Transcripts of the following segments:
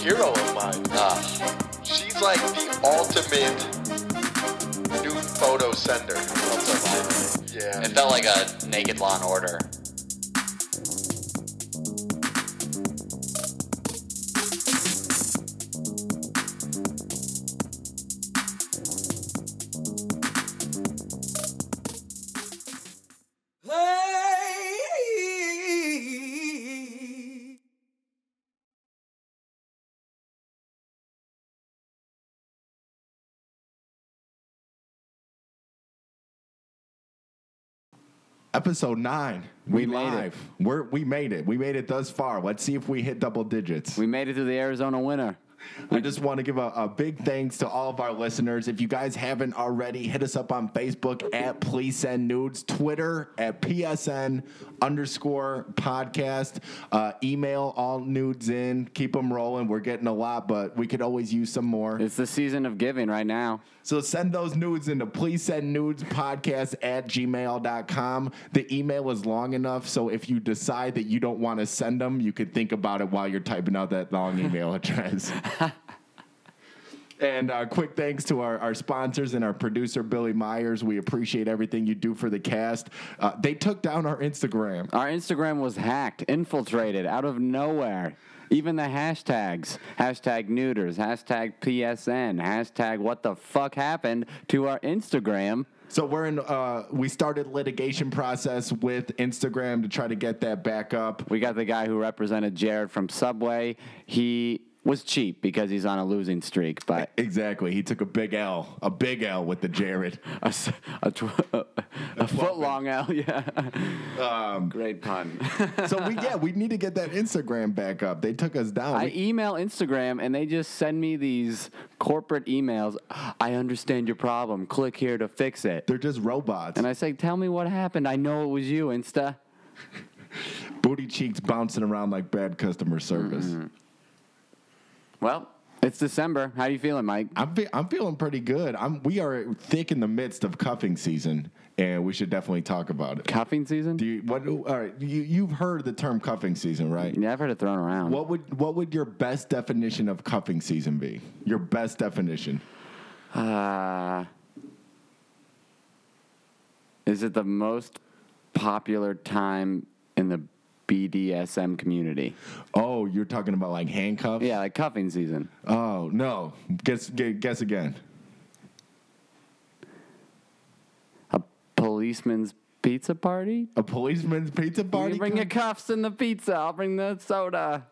hero of mine. She's like the ultimate nude photo sender. That's okay. Yeah. It felt like a naked Law and Order. Play. Episode nine. We, We made it. live. We're we made it. We made it thus far. Let's see if we hit double digits. We made it through the Arizona winter. I just want to give a, a big thanks to all of our listeners. If you guys haven't already, hit us up on Facebook at Please Send Nudes, Twitter at PSN underscore podcast, uh, email all nudes in. Keep them rolling. We're getting a lot, but we could always use some more. It's the season of giving right now. So send those nudes into please send nudes podcast at gmail.com. The email is long enough, so if you decide that you don't want to send them, you could think about it while you're typing out that long email address. And uh, quick thanks to our, our sponsors and our producer, Billy Myers. We appreciate everything you do for the cast. Uh, they took down our Instagram. Our Instagram was hacked, infiltrated out of nowhere. Even the hashtags hashtag neuters, hashtag PSN, hashtag what the fuck happened to our Instagram. So we're in. Uh, we started litigation process with Instagram to try to get that back up. We got the guy who represented Jared from Subway. He was cheap because he's on a losing streak, but Exactly. He took a big L, a big L with the Jared. a, s- a tw- a foot long L, yeah. Great pun. Um, So we yeah, we need to get that Instagram back up. They took us down. I We- email Instagram and they just send me these corporate emails. I understand your problem. Click here to fix it. they're just robots. And I say, tell me what happened. I know it was you, Insta. Booty cheeks bouncing around like bad customer service. Mm-hmm. Well, it's December. How you feeling, Mike? I'm fe- I'm feeling pretty good. I'm we are thick in the midst of cuffing season, and we should definitely talk about it. Cuffing season? Do you what? All right, you you've heard the term cuffing season, right? yeah, I've heard it thrown around. What would what would your best definition of cuffing season be? Your best definition. Uh, is it the most popular time in the BDSM community? Oh, you're talking about like handcuffs? Yeah, like cuffing season. Oh no! Guess gu- guess again. A policeman's pizza party? A policeman's pizza You party. bring cup? your cuffs and the pizza. I'll bring the soda.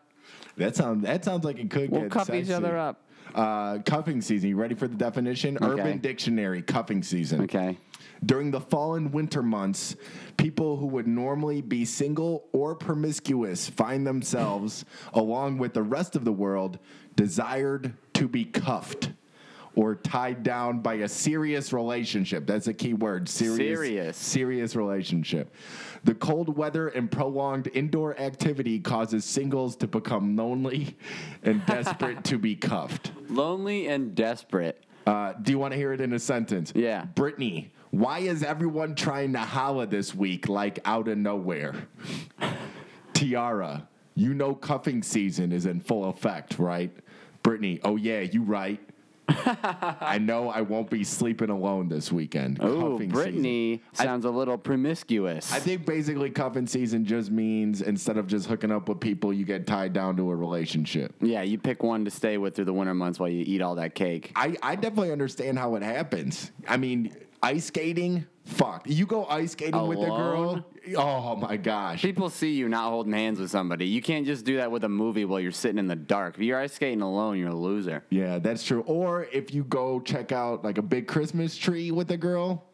that sounds that sounds like it could We'll get cuff each sexy. other up. Uh, cuffing season. You ready for the definition? Okay. Urban Dictionary. Cuffing season. Okay. During the fall and winter months, people who would normally be single or promiscuous find themselves, along with the rest of the world, desired to be cuffed or tied down by a serious relationship. That's a key word. Serious. Serious. serious relationship. The cold weather and prolonged indoor activity causes singles to become lonely and desperate to be cuffed. Lonely and desperate. Uh, do you want to hear it in a sentence? Yeah. Brittany, why is everyone trying to holla this week like out of nowhere? Tiara, you know cuffing season is in full effect, right? Brittany, oh yeah, you right. I know I won't be sleeping alone this weekend. Oh, Cuffing Brittany season. I- sounds a little promiscuous. I think basically cuffing season just means instead of just hooking up with people, you get tied down to a relationship. yeah, you pick one to stay with through the winter months while you eat all that cake. I, I definitely understand how it happens. I mean, ice skating, fuck. You go ice skating with a girl. Oh my gosh. People see you not holding hands with somebody. You can't just do that with a movie while you're sitting in the dark. If you're ice skating alone, you're a loser. Yeah, that's true. Or if you go check out like a big Christmas tree with a girl,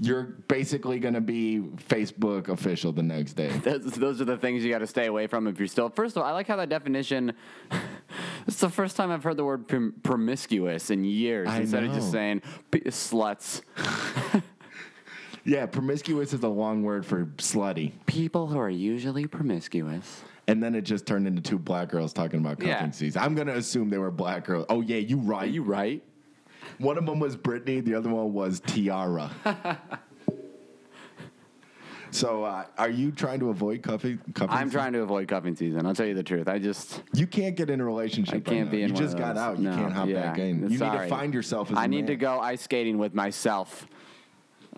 you're basically gonna be Facebook official the next day. Those, those are the things you got to stay away from if you're still. First of all, I like how that definition. it's the first time I've heard the word prom- promiscuous in years I instead of just know. saying p- sluts. yeah, promiscuous is a long word for slutty. People who are usually promiscuous. And then it just turned into two black girls talking about cuffing Yeah. season. I'm gonna assume they were black girls. Oh yeah, you right. right? One of them was Brittany, the other one was Tiara. So, uh, are you trying to avoid cuffing? cuffing I'm trying to avoid cuffing season. I'll tell you the truth. I just You can't get in a relationship. I right can't now. be in. You one just of got those. out. You No, can't hop yeah. back in. You need to Sorry. find yourself. As I a need man. to go ice skating with myself.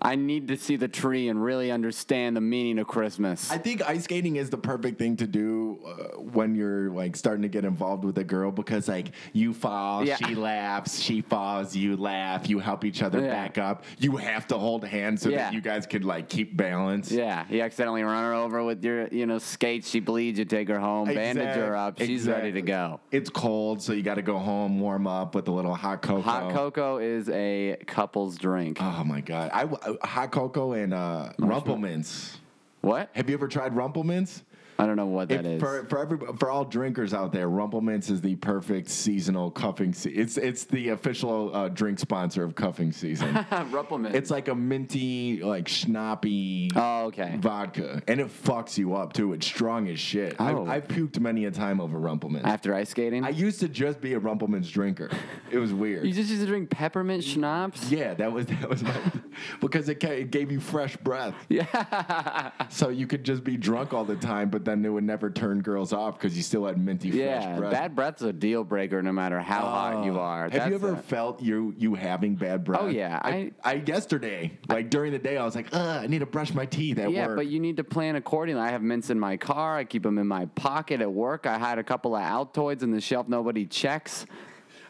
I need to see the tree and really understand the meaning of Christmas. I think ice skating is the perfect thing to do uh, when you're like starting to get involved with a girl because like you fall, Yeah. she laughs, she falls, you laugh, you help each other Yeah. back up. You have to hold hands so Yeah. that you guys can like keep balance. yeah, you accidentally run her over with your, you know, skates. She bleeds. You take her home, bandage Exact- her up. She's ready to exactly. go. It's cold, so you got to go home, warm up with a little hot cocoa. Hot cocoa is a couple's drink. Oh my god! I w- hot cocoa and uh, Rumplemans. what? Have you ever tried Rumplemans? I don't know what that If- is. for for every for all drinkers out there. Rumplemans is the perfect seasonal cuffing. Se- it's it's the official uh, drink sponsor of cuffing season. Rumplemans. it's like a minty, like schnappy Oh, okay. vodka, and it fucks you up too. It's strong as shit. Oh. I've, I've puked many a time over Rumplemans. After ice skating, I used to just be a Rumplemans drinker. It was weird. you just used to drink peppermint schnapps. yeah, that was that was my, because it, ca- it gave you fresh breath. Yeah. So you could just be drunk all the time, but then it would never turn girls off because you still had minty Yeah, fresh breath. bad breath's a deal breaker no matter how hot you are. Oh. Have you That's ever a- felt you you having bad breath? Oh, yeah, I, I, yesterday, like during the day, I was like, Ugh, I need to brush my teeth at yeah, work. but you need to plan accordingly. I have mints in my car. I keep them in my pocket at work. I hide a couple of Altoids in the shelf nobody checks.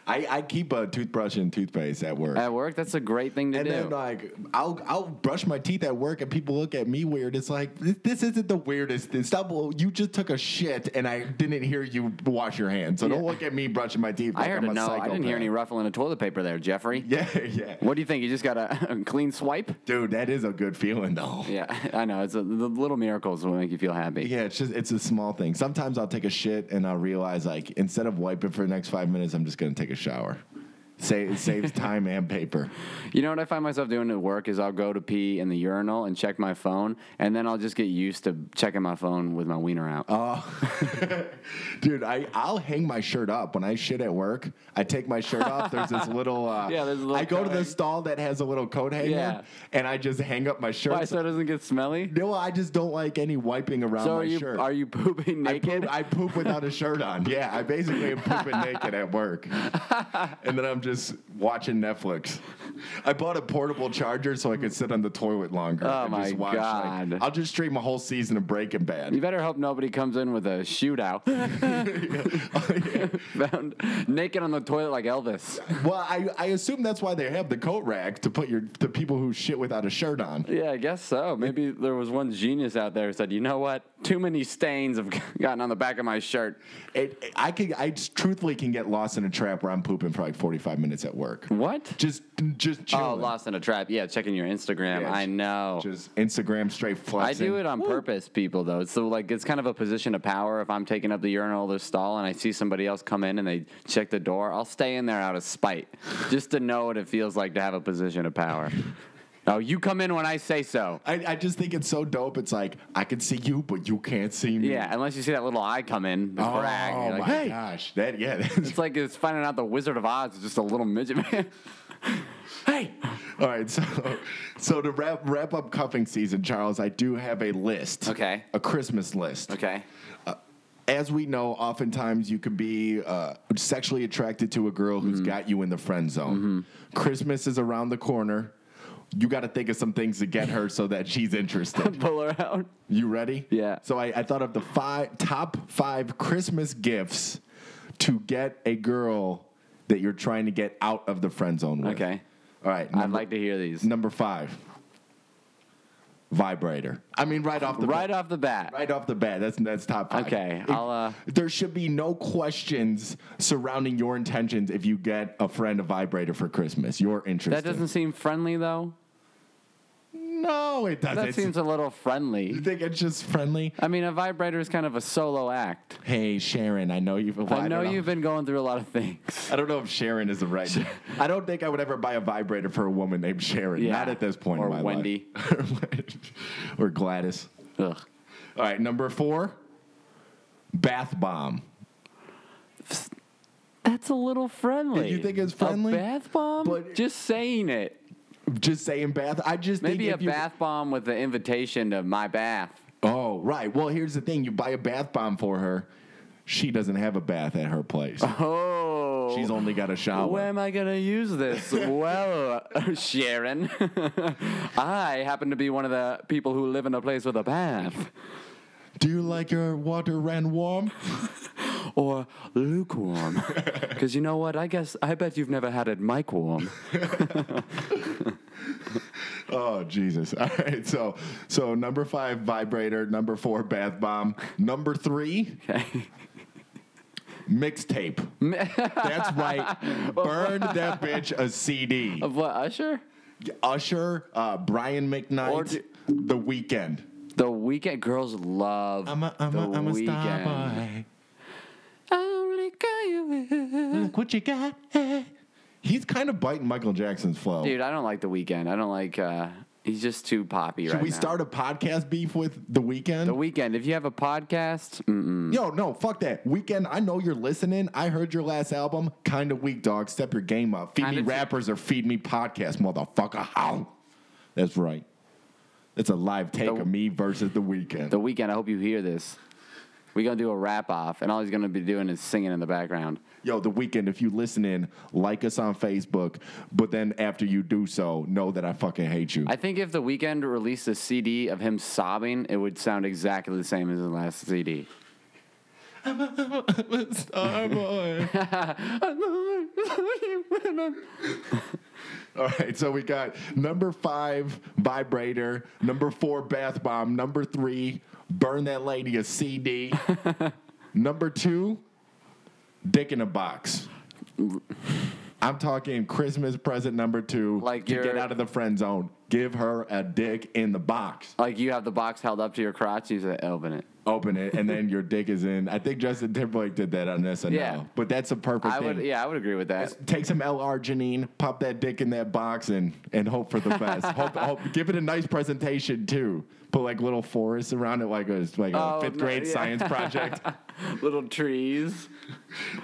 I, I keep a toothbrush and toothpaste at work. At work, that's a great thing to and do. then uh, like I'll I'll brush my teeth at work and people look at me weird. It's like this, this isn't the weirdest thing. Stop! Well, you just took a shit and I didn't hear you wash your hands. So don't Yeah. look at me brushing my teeth. Like I heard I'm a a no. I didn't hear psychopath. any ruffling of toilet paper there, Jeffrey. Yeah, yeah. What do you think? You just got a clean swipe? Dude, that is a good feeling though. Yeah, I know. It's a, the little miracles will make you feel happy. Yeah, it's just it's a small thing. Sometimes I'll take a shit and I'll realize like instead of wiping for the next five minutes, I'm just gonna take a shower. Say it saves time and paper. You know what I find myself doing at work is I'll go to pee in the urinal and check my phone, and then I'll just get used to checking my phone with my wiener out. Oh. Dude, I, I'll hang my shirt up when I shit at work. I take my shirt off. There's this little uh, Yeah, there's a little I go coat to the hang- stall that has a little coat hanger Yeah. and I just hang up my shirt. Why so it doesn't get smelly? no, I just don't like any wiping around So my are you shirt. are you pooping I naked? poop, I poop without a shirt on. Yeah, I basically am pooping naked at work. And then I'm just watching Netflix. I bought a portable charger so I could sit on the toilet longer. Oh and my just watch, like- God. I'll just stream a whole season of Breaking you Bad. better hope nobody comes in with a shootout. Found naked on the toilet like Elvis. Well, I, I assume that's why they have the coat rack to put your the people who shit without a shirt on. Yeah, I guess so. Maybe there was one genius out there who said, "You know what? Too many stains have gotten on the back of my shirt. It, I could I just truthfully can get lost in a trap where I'm pooping for like 45 minutes at work. What? Just just chilling. Oh, lost in a trap. Yeah, checking your Instagram. Yeah, I know. Just Instagram straight I flexing. do it on purpose, people. Though, so like it's kind of a position of power. If I'm taking up the urinal, the stall, and I see somebody else come in and they check the door, I'll stay in there out of spite, just to know what it feels like to have a position of power. oh, you come in when I say so. I, I just think it's so dope. It's like I can see you, but you can't see me. Yeah, unless you see that little eye come in, the Oh brag. and you're my like, hey. gosh. That yeah. That's, It's like it's finding out the Wizard of Oz is just a little midget man. hey. All right. So so to wrap wrap up cuffing season, Charles, I do have a list. Okay. A Christmas list. okay. As we know, oftentimes you could be uh, sexually attracted to a girl who's Mm-hmm. got you in the friend zone. Christmas is around the corner. You got to think of some things to get her so that she's interested. Pull her out. You ready? Yeah. So I, I thought of the five top five Christmas gifts to get a girl that you're trying to get out of the friend zone with. Okay. All right. I'd like to hear these. number five. Vibrator. I mean, right off the right bat, off the bat. right off the bat. That's that's top five. Okay, If- I'll, uh, There should be no questions surrounding your intentions if you get a friend a vibrator for Christmas. You're interested. That doesn't seem friendly though. No, it doesn't. That seems a little You friendly. think it's just friendly? I mean, a vibrator is kind of a solo act. Hey, Sharon, I know you've. Well, I know don't you've been going through a lot of things. I don't know if Sharon is the right. I don't think I would ever buy a vibrator for a woman named Sharon. Yeah. Not at this point Or in my Wendy. life. or Gladys. Ugh. All right, number four, bath bomb. That's a little friendly. You think it's friendly? A bath bomb? But- Just saying it. just saying bath. I just Maybe a think if you- bath bomb with the invitation to my bath. Oh, right. Well, here's the thing: you buy a bath bomb for her. She doesn't have a bath at her place. Oh. She's only got a shower. Where am I going to use this? well, uh, Sharon, I happen to be one of the people who live in a place with a bath Do you like your water ran warm? or lukewarm. Because you know what? I guess, I bet you've never had it mic warm. Oh Jesus! All right, so so number five vibrator, number four bath bomb, number three mixtape. That's right. Burn that bitch a CD. of what, Usher? Usher, uh, Brian Or McKnight, do- The Weekend. The weekend girls love I'm a I'm the a I'm a weekend. star boy. Only guy you will. Look what you got. He's kind of biting Michael Jackson's flow. Dude, I don't like the weekend. I don't like. uh He's just too poppy Should right we now. start a podcast beef with The Weekend? the weekend? If you have a podcast, mm-mm. Yo, no, fuck that. Weekend, I know you're listening. I heard your last album. Kind of weak, dog. Step your game up. Feed Kinda me tr- rappers or feed me podcast, motherfucker. How? That's right. It's a live take The- of me versus the weekend. the weekend. I hope you hear this. We're gonna do a wrap off, and all he's gonna be doing is singing in the background. Yo, the weekend, if you listening, like us on Facebook, but then after you do so, know that I fucking hate you. I think if the weekend released a CD of him sobbing, it would sound exactly the same as the last CD. All right, so we got number five, vibrator, number four, bath bomb, number three, burn that lady a CD, number two, dick in a box. I'm talking Christmas present number two. Like to get you're- out of the friend zone, give her a dick in the box. Like you have the box held up to your crotch, you say, "Open it." Open it, and then your dick is in. I think Justin Timberlake did that on SNL, Yeah. but that's a perfect I thing. would, yeah, I would agree with that. Take some LR Janine, pop that dick in that box, and and hope for the best. hope, hope, give it a nice presentation too. Put like little forests around it, like a like a Oh, fifth no, grade yeah. science project. Little trees.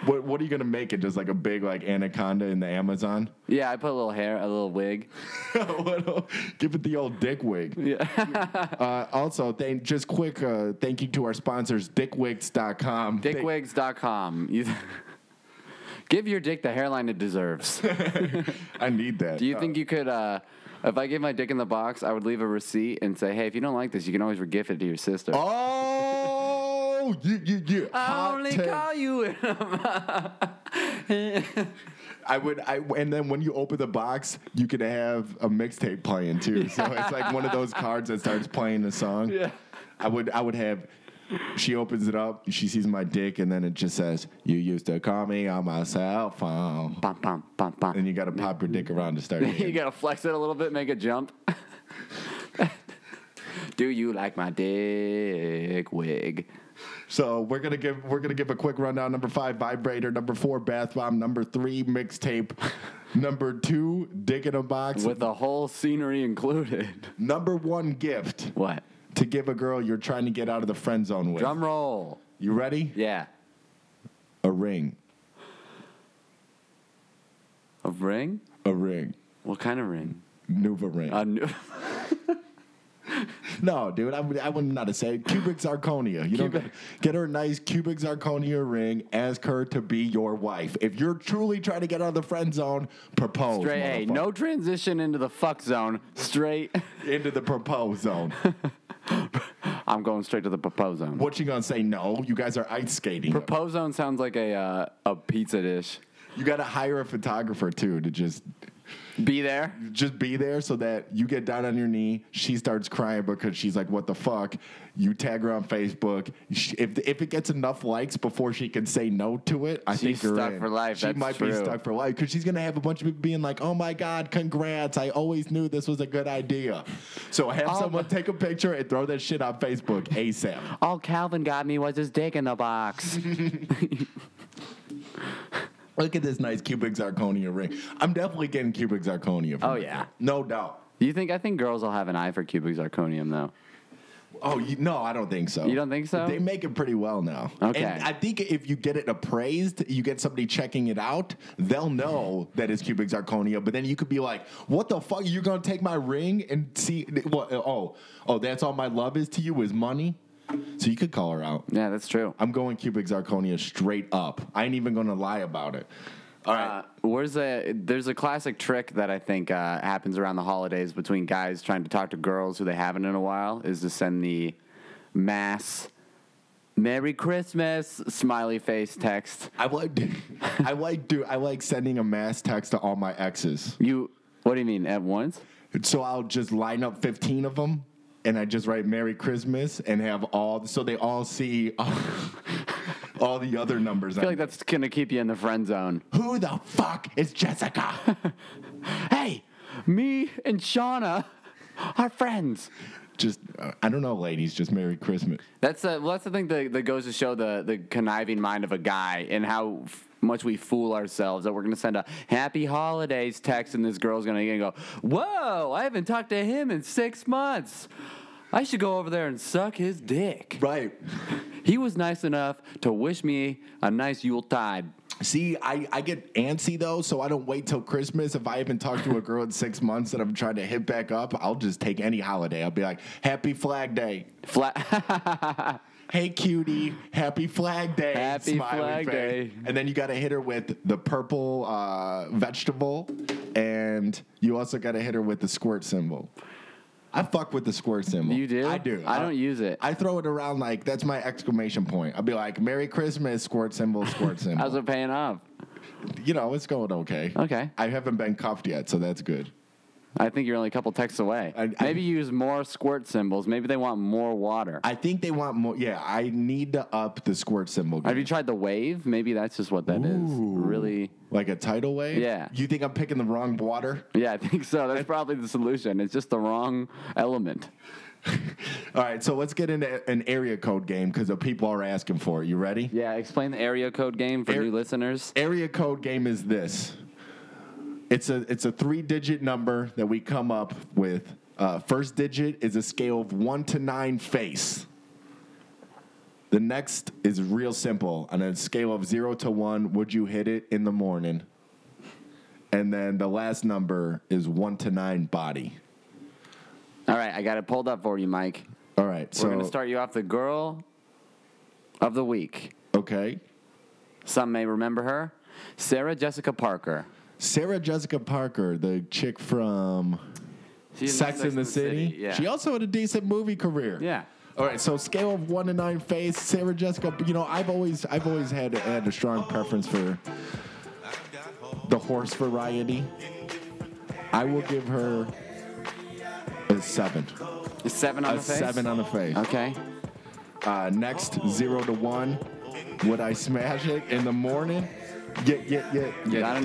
what what are you gonna make it? Just like a big like anaconda in the Amazon. Yeah, I put a little hair, a little wig. What- give it the old dick wig. Yeah. uh, also, thank just quick uh, thank you to our sponsors, dickwigs.com. They- Dickwigs.com. You give your dick the hairline it deserves. I need that. Do you think you could? Uh, if I gave my dick in the box, I would leave a receipt and say, "Hey, if you don't like this, you can always regift it to your sister." Oh, yeah, yeah, yeah. Hot take. you. I would, I and then when you open the box, you could have a mixtape playing too. So it's like one of those cards that starts playing the song. Yeah. I would, I would have. She opens it up, she sees my dick, and then it just says, "You used to call me on my cell phone." Bum, bum, bum, bum. And you got to pop your dick around to start. you it. gotta flex it a little bit, make a jump. Do you like my dick wig? So we're gonna give we're gonna give a quick rundown. Number five, vibrator. Number four, bath bomb. Number three, mixtape. Number two, dick in a box. With the whole scenery included. Number one gift What? to give a girl you're trying to get out of the friend zone with. Drum roll. You ready? Yeah. A ring. A ring? A ring. What kind of ring? Nuva ring. A new- no, dude, I would I wouldn't know how to say it. cubic zirconia. You know, Cubic- get her a nice cubic zirconia ring. Ask her to be your wife. If you're truly trying to get out of the friend zone, propose. straight A. motherfucker. No transition into the fuck zone. Straight. into the propose zone. I'm going straight to the propose zone. what you gonna say? No, you guys are ice skating. Propose zone sounds like a uh, a pizza dish. you gotta hire a photographer too to just Be there. just be there so that you get down on your knee. She starts crying because she's like, "What the fuck?" You tag her on Facebook. Sh- If if it gets enough likes before she can say no to it, I She's think you're stuck in. for life, She that's might be true. stuck for life because she's gonna have a bunch of people being like, "Oh my god, congrats! I always knew this was a good idea." So have Um, someone take a picture and throw that shit on Facebook ASAP. All Calvin got me was his dick in the box. Look at this nice cubic zirconia ring. I'm definitely getting cubic zirconia. From Oh, her. yeah. no doubt. you think? I think girls will have an eye for cubic zirconium though. Oh you, no, I don't think so. You don't think so? They make it pretty well now. Okay. and I think if you get it appraised, you get somebody checking it out, they'll know that it's cubic zirconia. But then you could be like, "What the fuck? You're gonna take my ring and see? What? Oh, oh, that's all my love is to you is money." So you could call her out. Yeah, that's true. I'm going cubic zirconia straight up. I ain't even gonna lie about it. All right. Uh, where's a there's a classic trick that I think uh, happens around the holidays between guys trying to talk to girls who they haven't in a while is to send the mass Merry Christmas smiley face text. I like, I like, do I like sending a mass text to all my exes. You what do you mean at once? So I'll just line up 15 of them, and I just write "Merry Christmas" and have all, so they all see all, all the other numbers. I feel like that's gonna keep you in the friend zone. Who the fuck is Jessica? Hey, me and Shauna are friends. just uh, I don't know, ladies. Just Merry Christmas. That's the well, that's the thing that, that goes to show the the conniving mind of a guy and how f- much we fool ourselves that we're gonna send a happy holidays text and this girl's gonna, gonna go, whoa, I haven't talked to him in six months. I should go over there and suck his dick. Right. He was nice enough to wish me a nice Yule tide. See, I, I get antsy though, so I don't wait till Christmas. If I haven't talked to a girl in six months that I'm trying to hit back up, I'll just take any holiday. I'll be like, Happy Flag Day. Flat. Hey, cutie, happy Flag Day. Happy smiley Flag Day. And then you got to hit her with the purple uh, vegetable, and you also got to hit her with the squirt symbol. I fuck with the squirt symbol. You do? I do. I don't use it. I throw it around like that's my exclamation point. I'll be like, Merry Christmas, squirt symbol, squirt symbol. How's it paying off? you know, it's going okay. Okay. I haven't been cuffed yet, so that's good. I think you're only a couple texts away. I- I- Maybe use more squirt symbols. Maybe they want more water. I think they want more. Yeah, I need to up the squirt symbol. Have you game. tried the wave? Maybe that's just what that is. Ooh. Really? like a tidal wave? Yeah. You think I'm picking the wrong water? Yeah, I think so. That's probably the solution. It's just the wrong element. All right, so let's get into an area code game because the people are asking for it. You ready? Yeah, explain the area code game for Air- new listeners. Area code game is this. It's a it's a three digit number that we come up with. Uh, first digit is a scale of one to nine face. The next is real simple on a scale of zero to one. Would you hit it in the morning? And then the last number is one to nine body. All right, I got it pulled up for you, Mike. All right, so We're going to start you off the girl of the week. Okay, Some may remember her Sarah Jessica Parker. Sarah Jessica Parker, the chick from She's Sex, in the, City. Yeah. She also had a decent movie career. yeah. All right, so scale of one to nine face, Sarah Jessica. You know, I've always, I've always had had a strong preference for the horse variety. I will give her a seven, Seven on a the face? seven on the face. Okay. Uh, next, zero to one. Would I smash it in the morning? Get, get, get, gotta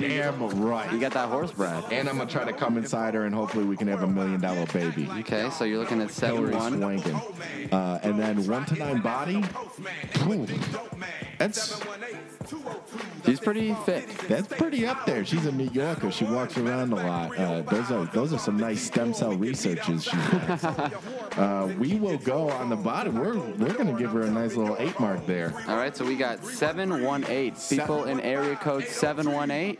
get need- damn right. You got that horse breath. and I'm gonna try to come inside her, and hopefully we can have a million dollar baby. Okay, so you're looking at seven Hillary one. Swankin. Uh, and then one to nine body. Ooh, that's He's pretty thick. that's pretty up there. She's a New Yorker. She walks around a lot. Uh, those are those are some nice stem cell researches. She does. uh, we will go on the bottom. We're we're gonna give her a nice little eight mark there. All right, so we got 718 people in area code 718.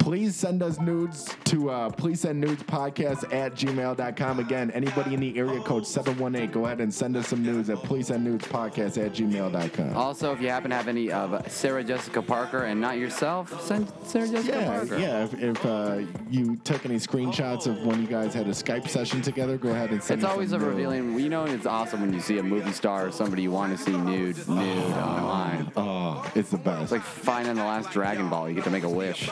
Please send us nudes to uh, please send nudes podcast at gmail.com. Again, anybody in the area code 718, go ahead and send us some nudes at please send nudes podcast at gmail.com. Also, if you happen to have any of Sarah Jessica Parker and not yourself, send Sarah Jessica Yeah, Parker. yeah. If, if uh, you took any screenshots of when you guys had a Skype session together, go ahead and send It's us always a some nudes. revealing, you know, and it's awesome when you see a movie star or somebody you want to see nude, nude online. Oh, it's the best. It's like finding the last Dragon Ball. You get to make a wish.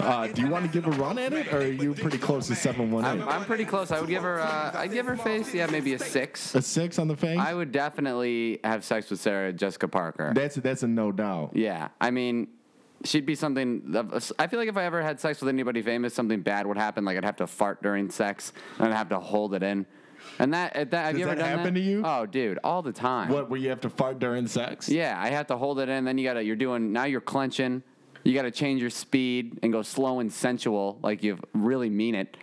uh, do you want to give a run at it, or are you pretty close to I'm, 718? I'm pretty close. I would give her, uh, I'd give her face, yeah, maybe a six. A six on the face? I would definitely have sex with Sarah Jessica Parker. that's, that's a no doubt. Yeah, I mean, she'd be something. of- I feel like if I ever had sex with anybody famous, something bad would happen. Like I'd have to fart during sex, and I'd have to hold it in. And that, uh, that have Does you ever that done happen to you? Oh, dude, all the time. What, where you have to fart during sex? Yeah, I have to hold it in. Then you gotta, you're doing now. You're clenching. You gotta change your speed and go slow and sensual, like you really mean it.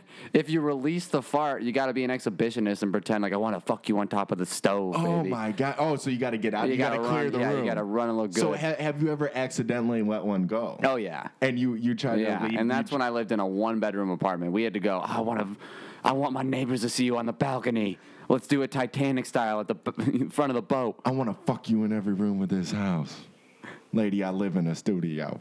if you release the fart, you got to be an exhibitionist and pretend like I want to fuck you on top of the stove. Oh baby. my god! Oh, so you got to get out. You You, got gotta to clear run- the yeah, you room. gotta run and look So good. ha- have you ever accidentally let one go? Oh yeah. And you you try to Yeah, leave. and that's when I lived in a one-bedroom apartment. We had to go. I want to, I want my neighbors to see you on the balcony. Let's do it Titanic style at the b- in front of the boat. I want to fuck you in every room of this house, lady. I live in a studio.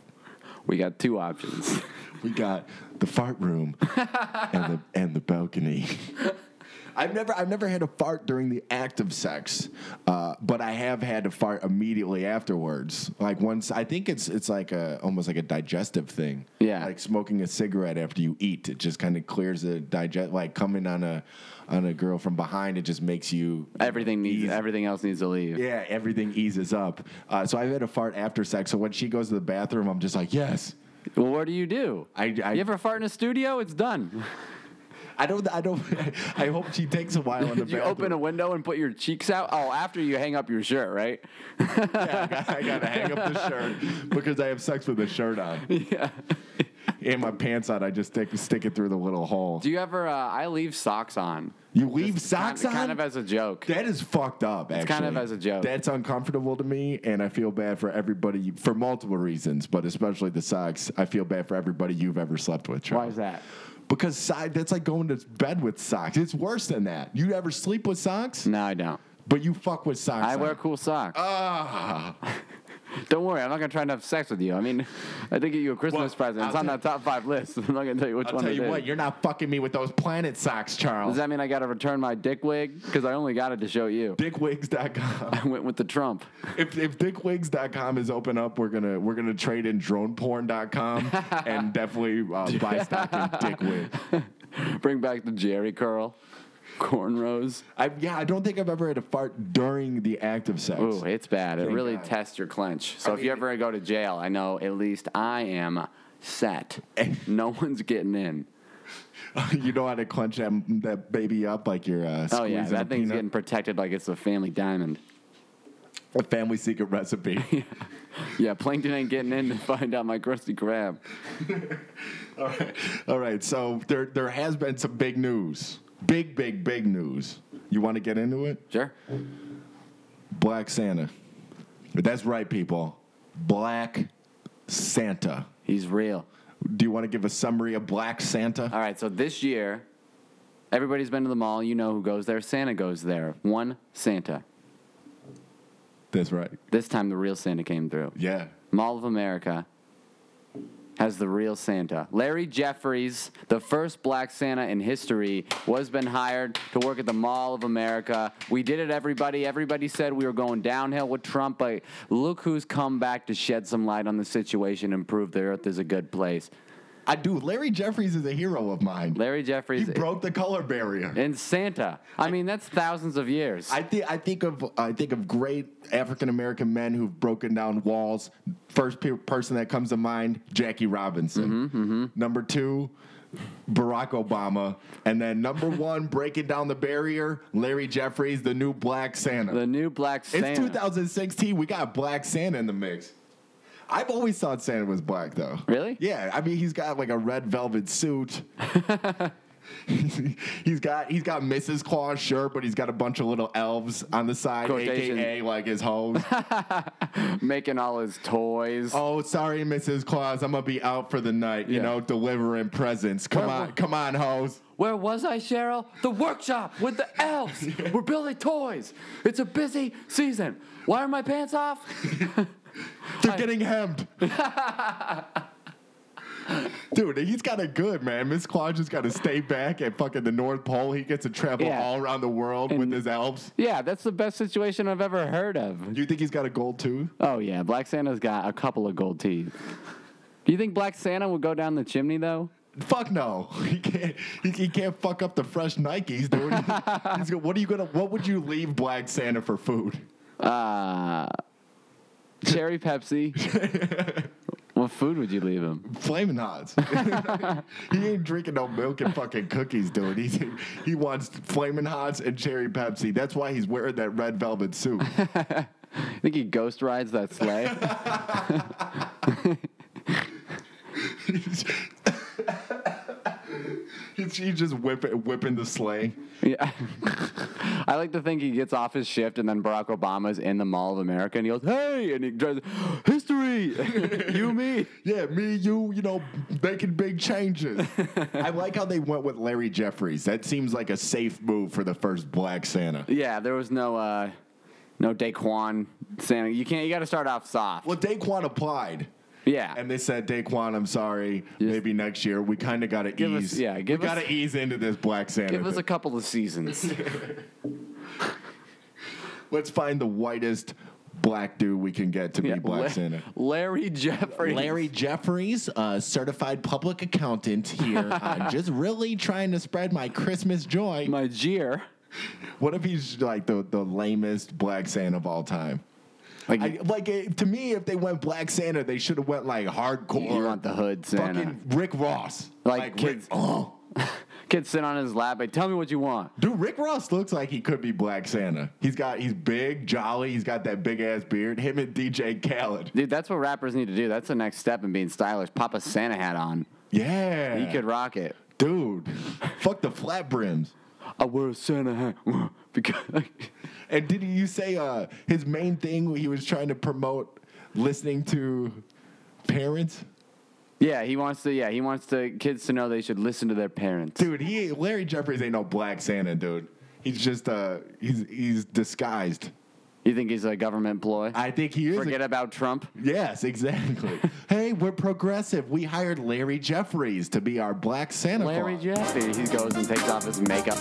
We got two options. We got the fart room and the and the balcony. I've never I've never had a fart during the act of sex, uh, but I have had to fart immediately afterwards. Like once I think it's it's like a almost like a digestive thing. Yeah. like smoking a cigarette after you eat, it just kind of clears the digest. Like coming on a on a girl from behind, it just makes you Everything needs, ease- everything else needs to leave. yeah, everything eases up. Uh, so I've had a fart after sex. So when she goes to the bathroom, I'm just like, yes. Well, what do you do? I- I- you ever fart in a studio? It's done. I don't. I don't. I hope she takes a while in the you bathroom. open a window and put your cheeks out. Oh, after you hang up your shirt, right? I got- I gotta hang up the shirt because I have sex with the shirt on. Yeah. And my pants on. I just stick stick it through the little hole. Do you ever? Uh, I leave socks on. you leave socks kind, on. Kind of as a joke. that is fucked up. Actually, kind of as a joke. That's uncomfortable to me, and I feel bad for everybody for multiple reasons, but especially the socks. I feel bad for everybody you've ever slept with. Trevor. Why is that? Because side that's like going to bed with socks. It's worse than that. You ever sleep with socks? No, I don't. But you fuck with socks. I on. wear cool socks. Ah. Don't worry, I'm not gonna try and have sex with you. I mean, I did get you a Christmas Well, present. It's I'll on tell- that top five list. I'm not gonna tell you which I'll one tell it you is. what, you're not fucking me with those planet socks, Charles. Does that mean I gotta return my dick wig? Because I only got it to show you. Dickwigs.com. I went with the Trump. If, if dickwigs.com is open up, we're gonna we're gonna trade in droneporn.com and definitely uh, buy stock in dickwig. Bring back the Jerry curl, cornrows. I, yeah, I don't think I've ever had a fart during the act of sex. Ooh, it's bad. It Thank really God. tests your clench. So I if you mean- ever go to jail, I know at least I am set. no one's getting in. you know how to clench that, that baby up like you're uh, Oh yeah, squeezing a that thing's peanut? getting protected like it's a family diamond. a family secret recipe. Yeah, Plankton ain't getting in to find out my crusty crab. All right. All right. So there there has been some big news. Big, big, big news. You want to get into it? Sure. Black Santa. That's right, people. Black Santa. He's real. Do you want to give a summary of Black Santa? All right, so this year, everybody's been to the mall. You know who goes there. Santa goes there. One Santa. That's right. This time, the real Santa came through. Yeah. Mall of America has the real Santa. Larry Jeffries, the first black Santa in history, was been hired to work at the Mall of America. We did it, everybody. Everybody said we were going downhill with Trump, but look who's come back to shed some light on the situation and prove the earth is a good place. I do. Larry Jeffries is a hero of mine. Larry He Jeffries broke the color barrier. and Santa. I mean, that's thousands of years. I think I think of I think of great African American men who've broken down walls. First pe- person that comes to mind, Jackie Robinson. Number two, Barack Obama, and then number one, breaking down the barrier, Larry Jeffries, the new Black Santa. The new black Santa. It's 2016. We got Black Santa in the mix. I've always thought Santa was black, though. Really? Yeah. I mean, he's got like a red velvet suit. he's got he's got Mrs. Claus shirt, but he's got a bunch of little elves on the side, Quotation. aka like his hoes. Making all his toys. oh, sorry, Mrs. Claus, I'm gonna be out for the night. You Yeah. know, delivering presents. Come Where- on, come on, hoes. Where was I, Cheryl? The workshop with the elves. We're building toys. It's a busy season. Why are my pants off? They're getting hemmed. Dude, he's got it good, man. Miss Claude just got to stay back at fucking the North Pole. He gets to travel Yeah. all around the world with And- his elves. Yeah, that's the best situation I've ever heard of. Do you think he's got a gold tooth? Oh, yeah, Black Santa's got a couple of gold teeth. Do you think Black Santa would go down the chimney, though? Fuck no. He can't. He, he can't fuck up the fresh Nikes, dude. he's go, what are you gonna? What would you leave Black Santa for food? Uh, cherry Pepsi. what food would you leave him? Flaming Hots. he ain't drinking no milk and fucking cookies, dude. He's, he wants Flaming Hots and cherry Pepsi. That's why he's wearing that red velvet suit. I think he ghost rides that sleigh. she just whip it, whipping the sleigh. Yeah. I like to think he gets off his shift and then Barack Obama's in the Mall of America and he goes, hey, and he drives, history, you, me. Yeah, me, you, you know, making big changes. I like how they went with Larry Jeffries. That seems like a safe move for the first Black Santa. Yeah, there was no, uh, no Daquan Santa. You can't, you got to start off soft. Well, Daquan applied. yeah. And they said, Daquan, I'm sorry. Maybe next year. We kind of got to Give us- ease. yeah, give we us- got to ease into this Black Santa. Give us thing. a couple of seasons. Let's find the whitest black dude we can get to be Yeah, Black La- Santa. Larry Jeffries. Larry Jeffries, uh, certified public accountant here. I'm just really trying to spread my Christmas joy. My jeer. What if he's like the, the lamest Black Santa of all time? Like, I, like it, to me, if they went Black Santa, they should have went like hardcore. you want the hood, Santa. fucking Rick Ross? Like Rick, kids- oh, Kid sit on his lap. Like, tell me what you want. dude, Rick Ross looks like he could be Black Santa. He's got he's big, jolly. He's got that big ass beard. Him and DJ Khaled. Dude, that's what rappers need to do. That's the next step in being stylish. Pop a Santa hat on. Yeah, He could rock it. dude. fuck the flat brims. I wear a Santa uh, hat because And did you say uh, his main thing he was trying to promote listening to parents? yeah, he wants to. Yeah, he wants the kids to know they should listen to their parents. Dude, he Larry Jeffries ain't no black Santa, dude. He's just uh he's he's disguised. You think he's a government ploy? I think he is. a- Forget about Trump. yes, exactly. hey, we're progressive. We hired Larry Jeffries to be our black Santa. Larry Claus. Jeffries. He goes and takes off his makeup.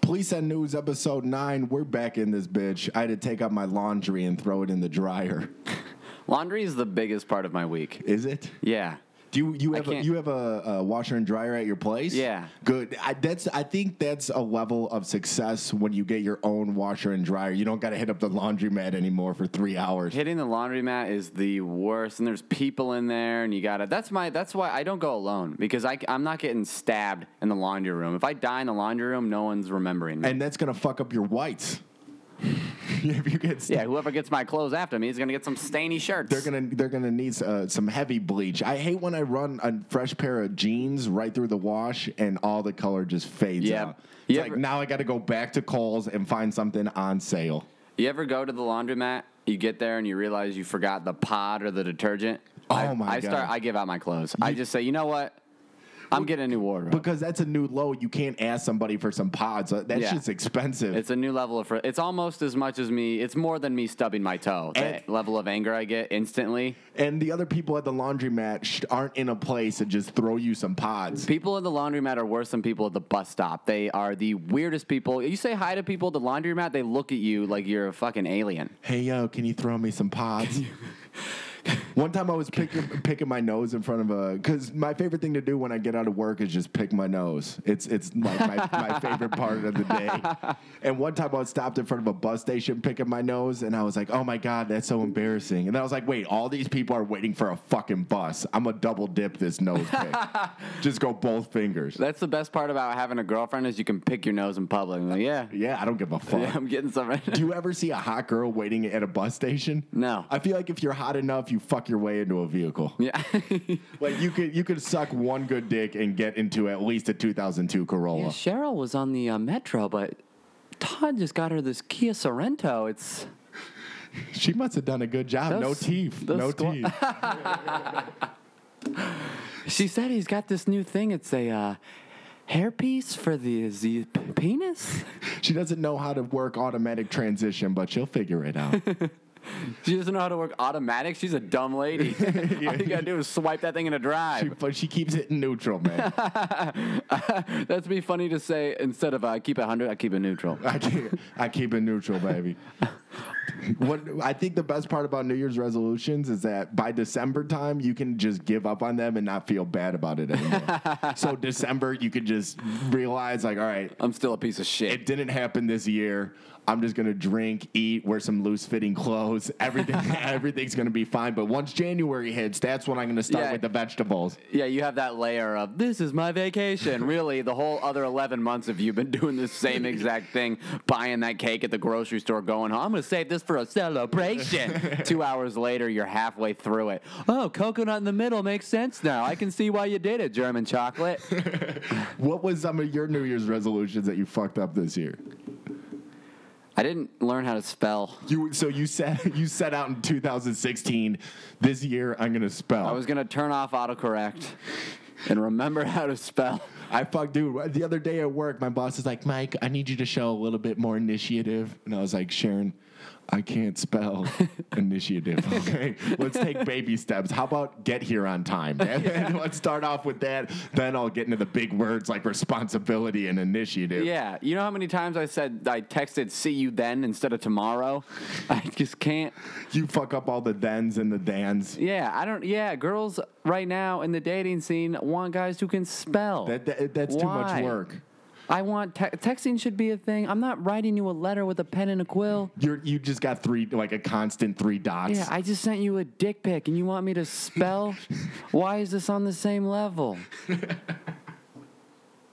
Police and News episode nine. We're back in this bitch. I had to take out my laundry and throw it in the dryer. Laundry is the biggest part of my week. Is it? Yeah. Do you you have a, can't- you have a, a washer and dryer at your place? Yeah. Good. I, that's I think that's a level of success when you get your own washer and dryer. You don't got to hit up the laundromat anymore for three hours. Hitting the laundromat is the worst, and there's people in there, and you gotta. That's my. That's why I don't go alone because I, I'm not getting stabbed in the laundry room. If I die in the laundry room, no one's remembering me. And that's gonna fuck up your whites. if you get yeah, stuck, whoever gets my clothes after me is gonna get some stainy shirts. they're gonna they're gonna need uh, some heavy bleach. I hate when I run a fresh pair of jeans right through the wash and all the color just fades Yeah. out. It's You like ever- now I got to go back to Kohl's and find something on sale. You ever go to the laundromat? You get there and you realize you forgot the pod or the detergent. Oh I, my I God. start. I give out my clothes. I just say, you know what? I'm getting a new wardrobe. Because that's a new low. You can't ask somebody for some pods. Uh, That Yeah. shit's expensive. It's a new level of. fr- It's almost as much as me. It's more than me stubbing my toe. And- That level of anger I get instantly. and the other people at the laundromat sh- aren't in a place to just throw you some pods. People in the laundromat are worse than people at the bus stop. They are the weirdest people. You say hi to people at the laundromat, they look at you like you're a fucking alien. Hey yo, can you throw me some pods? One time I was picking picking my nose in front of a because my favorite thing to do when I get out of work is just pick my nose. It's it's like my, my favorite part of the day. And one time I was stopped in front of a bus station picking my nose, and I was like, oh my god, that's so embarrassing. And I was like, wait, all these people are waiting for a fucking bus. I'm gonna double dip this nose pick. just go both fingers. That's the best part about having a girlfriend is you can pick your nose in public. Like, yeah, Yeah, I don't give a fuck. yeah, I'm getting some. Do you ever see a hot girl waiting at a bus station? No. I feel like if you're hot enough, you fuck your way into a vehicle. yeah, Like you could you could suck one good dick and get into at least a 2002 Corolla. Cheryl was on the uh, metro, but Todd just got her this Kia Sorrento. It's She must have done a good job. no Those- teeth. those No squa- teeth. she said he's got this new thing. It's a uh, hairpiece for the, the p- penis. she doesn't know how to work automatic transition, but she'll figure it out. She doesn't know how to work automatic. She's a dumb lady. All you gotta do is swipe that thing in a she, drive. but she keeps it neutral, man. That'd be funny to uh, say instead of I keep it 100, I keep it neutral. I keep I keep it neutral, baby. what I think the best part about New Year's resolutions is that by December time you can just give up on them and not feel bad about it anymore. so December you could just realize like, all right, I'm still a piece of it shit. didn't happen this year. I'm just gonna drink, eat, wear some loose fitting clothes. Everything, everything's gonna be fine. But once January hits, that's when I'm gonna start Yeah. with the vegetables. Yeah, you have that layer of this is my vacation. Really, the whole other 11 months of you've been doing the same exact thing, buying that cake at the grocery store, going, "Oh, I'm going to save this for a celebration. Two hours later, you're halfway through it. Oh, coconut in the middle makes sense now. I can see why you did it, German chocolate. What was some of your New Year's resolutions that you fucked up this year? I didn't learn how to spell. You so you set you set out in 2016. This year I'm gonna spell. I was going to turn off autocorrect and remember how to spell. I fuck, dude. The other day at work, my boss is like, Mike, I need you to show a little bit more initiative. And I was like, Sharon, I can't spell initiative. Okay, let's take baby steps. How about get here on time? man? let's start off with that. Then I'll get into the big words like responsibility and initiative. Yeah, you know how many times I said I texted "see you then" instead of tomorrow. I just can't. You fuck up all the thens and the dans. Yeah, I don't. Yeah, girls right now in the dating scene want guys who can spell. That, that- that's too much Why? work. I want te- texting should be a thing. I'm not writing you a letter with a pen and a quill. You're you just got three like a constant three dots. Yeah, I just sent you a dick pic and you want me to spell? Why is this on the same level?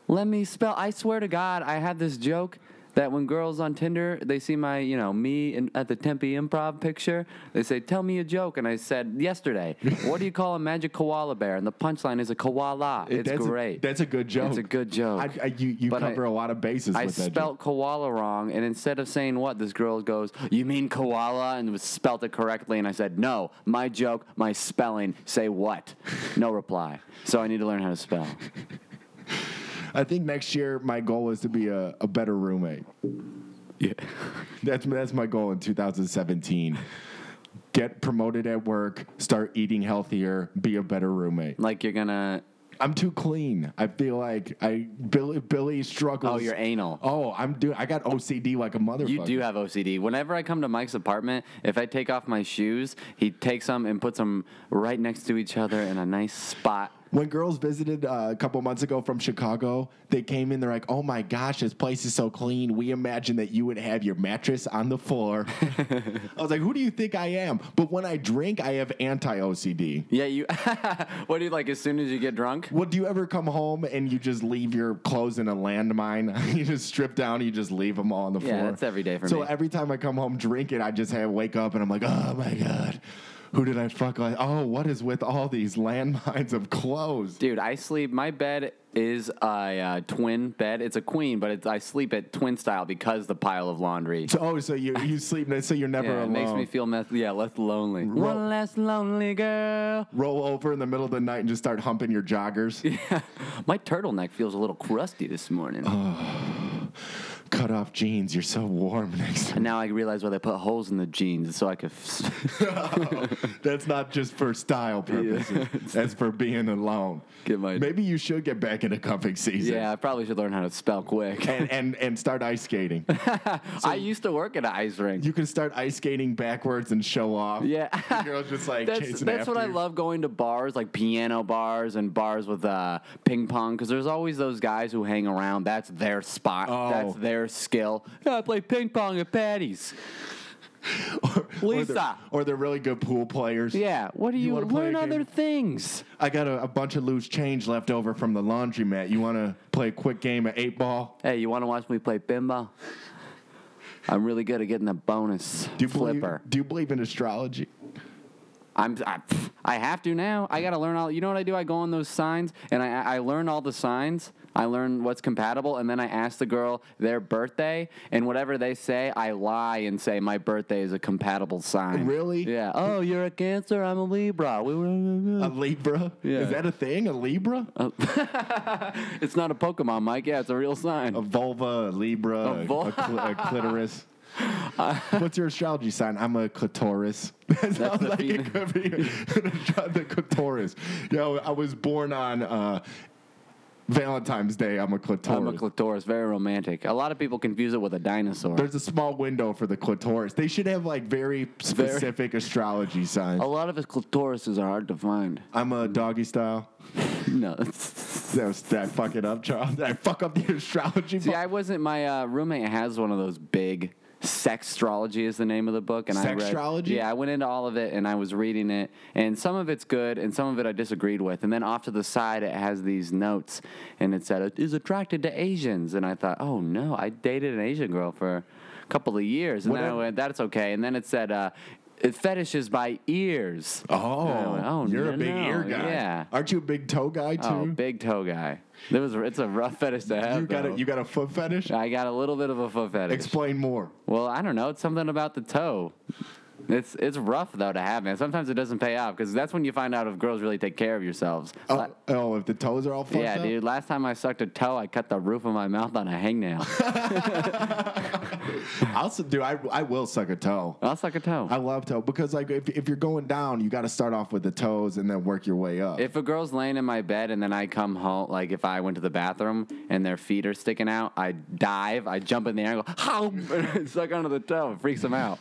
Let me spell. I swear to God, I had this joke that when girls on Tinder, they see my, you know, me in, at the Tempe improv picture, they say, Tell me a joke. And I said, Yesterday, what do you call a magic koala bear? And the punchline is a koala. It- It's that's a- great. that's a good joke. It's a good joke. I, I, you you But I- cover a lot of bases I with that. joke. spelt koala wrong, and instead of saying what, this girl goes, "You mean koala?" and was spelt it correctly, and I said, "No, my joke, my spelling. Say what?" No reply. So I need to learn how to spell. I think next year my goal is to be a, a better roommate. Yeah. That's that's my goal in 2017. Get promoted at work, start eating healthier, be a better roommate. Like you're gonna. I'm too clean. I feel like I Billy Billy struggles. Oh, you're anal. Oh, I'm doing. I got OCD like a motherfucker. You do have OCD. Whenever I come to Mike's apartment, if I take off my shoes, he takes them and puts them right next to each other in a nice spot. When girls visited uh, a couple months ago from Chicago, they came in. They're like, "Oh my gosh, this place is so clean. We imagined that you would have your mattress on the floor." I was like, "Who do you think I am?" But when I drink, I have anti OCD. Yeah, you. what do you like? As soon as you get drunk, Well, do you ever come home and you just leave your clothes in a landmine? you just strip down, you just leave them all on the Yeah, floor. that's every day for so me. every time I come home drinking, I just have wake up and I'm like, oh my god, who did I fuck? Like, oh, what is with all these landmines of clothes? Dude, I sleep. My bed is a uh, twin bed. It's a queen, but it's, I sleep at twin style because the pile of laundry. So, oh, so you you sleep so you're never Yeah, it alone. makes me feel meth- yeah less lonely. One less lonely girl. Roll over in the middle of the night and just start humping your joggers. My turtleneck feels a little crusty this morning, Uh-huh. Cut off jeans. You're so warm next. to and now I realize why they put holes in the jeans so I could. That's not just for style purposes. That's for being alone. Get my- Maybe you should get back into cuffing season. yeah, I probably should learn how to spell quick. and, and and start ice skating. I used to work at an ice rink. You can start ice skating backwards and show off. yeah. the girls just like That's, chasing that's what after I you. love going to bars like piano bars and bars with uh, ping pong because there's always those guys who hang around. That's their spot. Oh. That's their skill. Yeah, I play ping pong at Patty's. Or they're, Lisa. or they're really good pool players. Yeah. What do You you, wanna play learn a game? other things? I got a, a bunch of loose change left over from the laundromat. You want to play a quick game of eight ball? Hey, you want to watch me play bimbo? I'm really good at getting a bonus Do you flipper. Believe, do you believe in astrology? I'm I, pff, I have to now. I gotta learn all. You know what I do? I go on those signs and I I learn all the signs. I learn what's compatible, and then I ask the girl their birthday, and whatever they say, I lie and say my birthday is a compatible sign. Really? Yeah. Oh, you're a Cancer. I'm a Libra. We A Um, were. Libra? Yeah. Is that a thing? A Libra? A, It's not a Pokemon, Mike. Yeah, it's a real sign. vulva, a Libra, a, A vul- a cli- a clitoris. What's your astrology sign? I'm a clitoris. That sounds the like it female- could be the clitoris. Yo, I was born on uh, Valentine's Day, I'm a clitoris. I'm a clitoris, very romantic. A lot of people confuse it with a dinosaur. There's a small window for the clitoris. They should have like very specific astrology signs. a lot of his clitorises are hard to find. I'm a doggy style. No. That was, did I fuck it up, Charles? Did I fuck up the astrology? See, book? I wasn't. My uh, roommate has one of those big. Sextrology is the name of the book, and I read. Sextrology? Yeah, I went into all of it, and I was reading it, and some of it's good, and some of it I disagreed with. And then off to the side, it has these notes, and it said is attracted to Asians, and I thought, oh no, I dated an Asian girl for a couple of years, and then I Whatever. went, that's okay. And then it said. Uh, it fetishes by ears. oh, And I went, oh, you're a no, big ear guy. Yeah. Aren't you a big toe guy too? Oh, big toe guy. There was it's a rough fetish to have. you got though. a you got a foot fetish? I got a little bit of a foot fetish. Explain more. well, I don't know. It's something about the toe. It's it's rough though to have, man. Sometimes it doesn't pay off because that's when you find out if girls really take care of yourselves. Oh, La- oh, if the toes are all fucked yeah, up? dude. Last time I sucked a toe, I cut the roof of my mouth on a hangnail. I'll s- dude, I I will suck a toe. I'll suck a toe. I love toe because like if, if you're going down, you got to start off with the toes and then work your way up. if a girl's laying in my bed and then I come home, like if I went to the bathroom and their feet are sticking out, I dive, I jump in the air, and go, how? suck onto the toe. It freaks them out.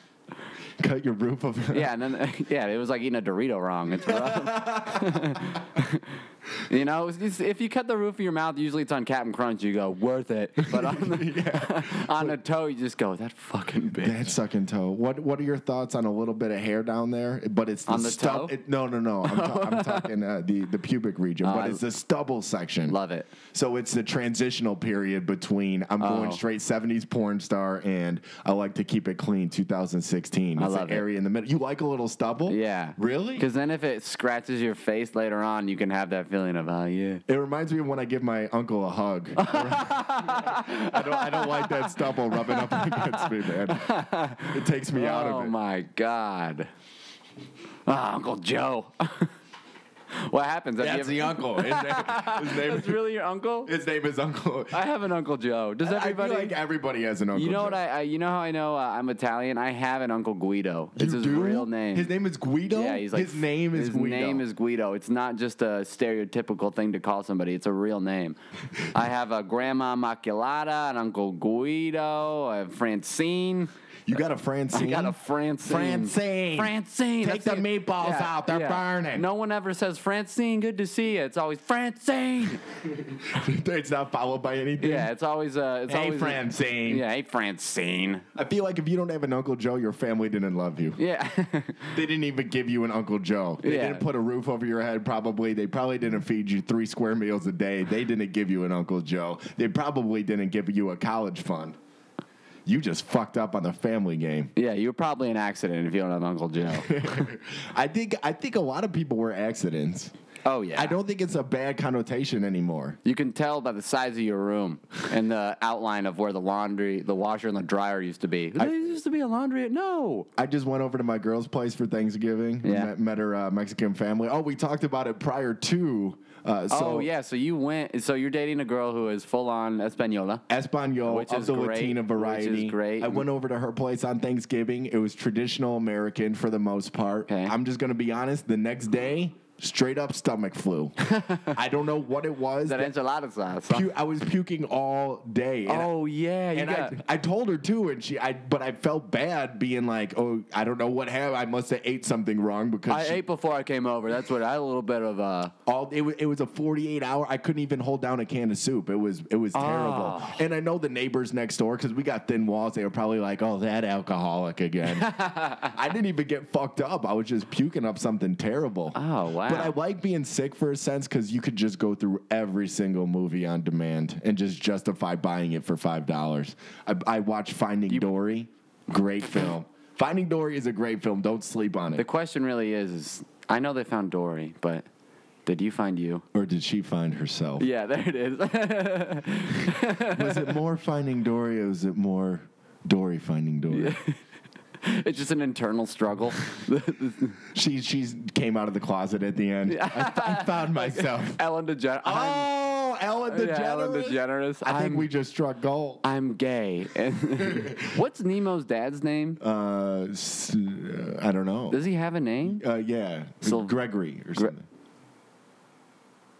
Cut your roof of Yeah, and then yeah, it was like eating a Dorito wrong. It's rough. you know, it's- it's- if you cut the roof of your mouth, usually it's on Captain Crunch. You go worth it, but on the, on the toe, you just go that fucking bitch. That sucking toe. What What are your thoughts on a little bit of hair down there? But it's the On the stub- toe? it- no, no, no. I'm, ta- I'm talking uh, the the pubic region, but I- it's the stubble section. Love it. So it's the transitional period between I'm going Oh. straight 70s porn star and I like to keep it clean 2016. It's love the it. area in the middle. You like a little stubble? Yeah, Really? Because then if it scratches your face later on, you can have that feeling of oh yeah. It reminds me of when I give my uncle a hug. I don't I don't like that stubble rubbing up against me, man. It takes me out oh of it. my god. Ah, Uncle Joe. what happens? Have you That's ever- the uncle. His name, his name That's really your uncle. His name is Uncle. I have an Uncle Joe. Does I feel everybody? like everybody has an Uncle. You know Joe. what I, I? You know how I know uh, I'm Italian? I have an uncle Guido. It's You his do? real name. His name is Guido. Yeah, he's like his name is his Guido. name is Guido. It's not just a stereotypical thing to call somebody. It's a real name. I have a grandma Maculata, an uncle Guido, a Francine. You got a Francine. I got a Francine. Francine. Francine. Take That's the meatballs out. They're burning. No one ever says Francine. Good to see you. It's always Francine. it's not followed by anything. yeah. It's always. Uh, it's Hey always Francine. Yeah. Hey Francine. I feel like if you don't have an Uncle Joe, your family didn't love you. Yeah. They didn't even give you an Uncle Joe. They Yeah. didn't put a roof over your head. Probably they probably didn't feed you three square meals a day. They didn't give you an Uncle Joe. They probably didn't give you a college fund. You just fucked up on the family game. Yeah, you're probably an accident if you don't have Uncle Joe. I think I think a lot of people were accidents. oh yeah. I don't think it's a bad connotation anymore. You can tell by the size of your room and the outline of where the laundry, the washer, and the dryer used to be. there used to be a laundry. No. I just went over to my girl's place for Thanksgiving. Yeah. Met, met her uh, Mexican family. Oh, we talked about it prior to. Uh, so oh yeah. So you went. So you're dating a girl who is full on Espanola. Espanol Which of is the great, Latina which is variety. great. I went over to her place on Thanksgiving. It was traditional American for the most part. Okay. I'm just gonna be honest. The next day, straight up stomach flu. I don't know what it was. That that- enchilada sauce. pu- I was puking all day. and I- oh yeah. You and got. I, I told her too, and she, I, but I felt bad being like, oh, I don't know what happened. I must have ate something wrong because I she- ate before I came over. That's what I had a little bit of uh all it was, it was a 48 hour. I couldn't even hold down a can of soup. It was it was terrible. Oh. And I know the neighbors next door because we got thin walls. They were probably like, oh, that alcoholic again. I didn't even get fucked up. I was just puking up something terrible. Oh, wow. But I like being sick for a sense because you could just go through every single movie on demand and just justify buying it for five dollars. I, I watched Finding Dory, great film. Finding Dory is a great film. Don't sleep on it. the question really is, is I know they found Dory, but did you find you? or did she find herself? Yeah, there it is. Was it more Finding Dory or was it more Dory Finding Dory? it's just an internal struggle. She she's came out of the closet at the end. I, I found myself. Ellen DeGeneres. oh, Ellen DeGeneres. Yeah, Ellen DeGeneres. I think I'm- we just struck gold. I'm gay. And what's Nemo's dad's name? Uh, s- uh, I don't know. Does he have a name? Uh, yeah, Sil- Gregory or something.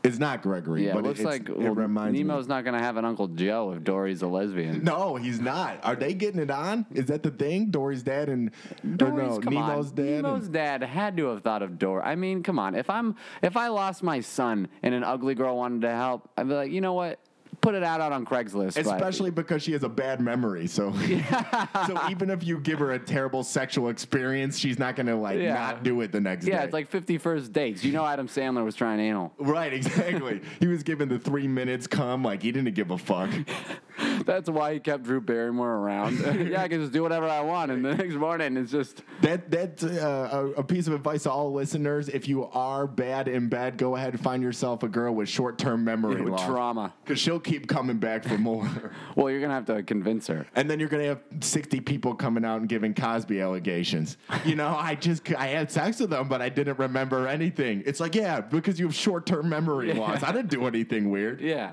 It's not Gregory, Yeah, but it looks it's, like it well, reminds me. Nemo's not gonna have an Uncle Joe if Dory's a lesbian. No, he's not. Are they getting it on? Is that the thing? Dory's dad and or no, Dory's- come on. Nemo's dad. Nemo's and, dad had to have thought of Dory. I mean, come on. If I'm if I lost my son and an ugly girl wanted to help, I'd be like, you know what? Put it out, out on Craigslist. but- especially because she has a bad memory, so so even if you give her a terrible sexual experience, she's not gonna like Yeah. not do it the next day. yeah, it's like 51st dates. You know, Adam Sandler was trying anal. right, exactly. he was given the three minutes come, like he didn't give a fuck. That's why he kept Drew Barrymore around. yeah, I can just do whatever I want, and the next morning it's just That that's uh, a, a piece of advice to all listeners. If you are bad in bed, go ahead and find yourself a girl with short term memory with loss. trauma. Cause she'll keep coming back for more. Well, you're gonna have to convince her. and then you're gonna have 60 people coming out and giving Cosby allegations. You know, I just I had sex with them, but I didn't remember anything. It's like, yeah, because you have short-term memory loss. I didn't do anything weird. Yeah.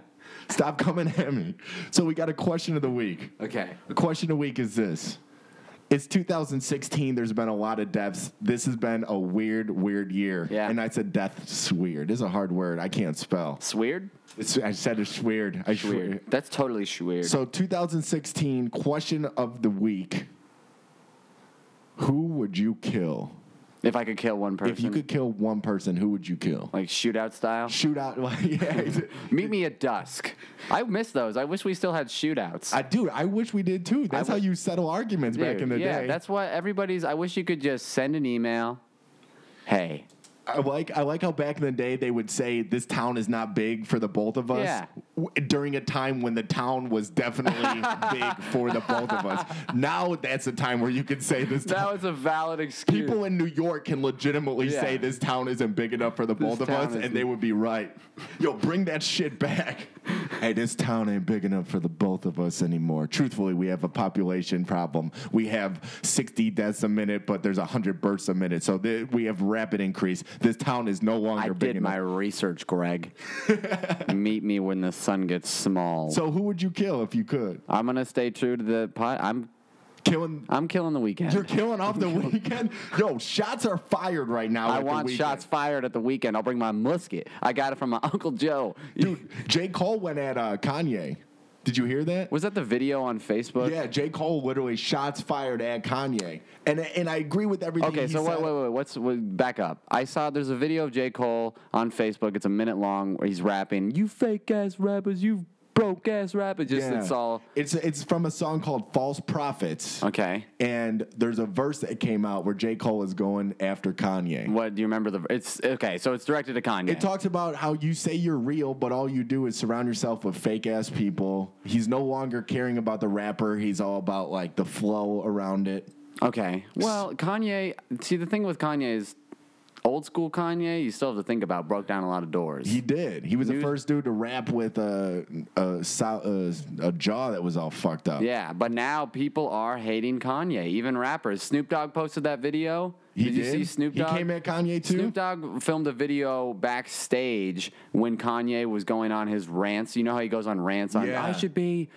Stop coming at me. So we got a question of the week. Okay. The question of the week is this. It's 2016. There's been a lot of deaths. This has been a weird, weird year. Yeah. And I said death's weird. It's a hard word. I can't spell. It's weird. It's, I said it's weird. I swear. Weird. That's totally weird. So 2016 question of the week: Who would you kill if I could kill one person, if you could kill one person? Who would you kill? like shootout style. Shootout. Like, yeah, Meet me at dusk. I miss those. I wish we still had shootouts. I dude, I wish we did too. That's I how w- you settle arguments back Dude, in the yeah, day. that's what everybody's. I wish you could just send an email. Hey, I like I like how back in the day they would say this town is not big for the both of us. Yeah. w- During a time when the town was definitely big for the both of us. Now that's a time where you can say this town that was a valid excuse. People in New York can legitimately Yeah. say this town isn't big enough for the both of town us, and isn't- they would be right. Yo, bring that shit back. hey, this town ain't big enough for the both of us anymore. Truthfully, we have a population problem. We have 60 deaths a minute, but there's 100 births a minute. So th- we have rapid increase. This town is no longer I big did enough. my research, Greg. Meet me when the sun gets small. so who would you kill if you could? I'm gonna stay true to the pot. I'm Killing. I'm killing the weekend. You're killing off the weekend. Yo, shots are fired right now. I at the want weekend. shots fired at the weekend. I'll bring my musket. I got it from my uncle Joe. Dude, J. Cole went at uh, Kanye. Did you hear that? Was that the video on Facebook? Yeah, J. Cole literally shots fired at Kanye, and and I agree with everything. Okay, he so wait, said. wait, wait. What's wait, back up? I saw there's a video of J. Cole on Facebook. It's a minute long where he's rapping. You fake ass rappers, you broke ass rappers. Just Yeah. it's all It's it's from a song called "False Prophets," okay. and there's a verse that came out where J. Cole is going after Kanye. What do you remember? The it's okay. So it's directed to Kanye. It talks about how you say you're real, but all you do is surround yourself with fake ass people. He's no longer caring about the rapper. He's all about like the flow around it. okay. Well, Kanye. See, the thing with Kanye is old school Kanye. You still have to think about. Broke down a lot of doors. He did. He was the New- first dude to rap with a a, sou- a, a jaw that was all fucked up. yeah, but now people are hating Kanye. Even rappers. Snoop Dogg posted that video. He did, you see Snoop Dogg? He came at Kanye too. Snoop Dogg filmed a video backstage when Kanye was going on his rants. You know how he goes on rants on, Yeah. I should be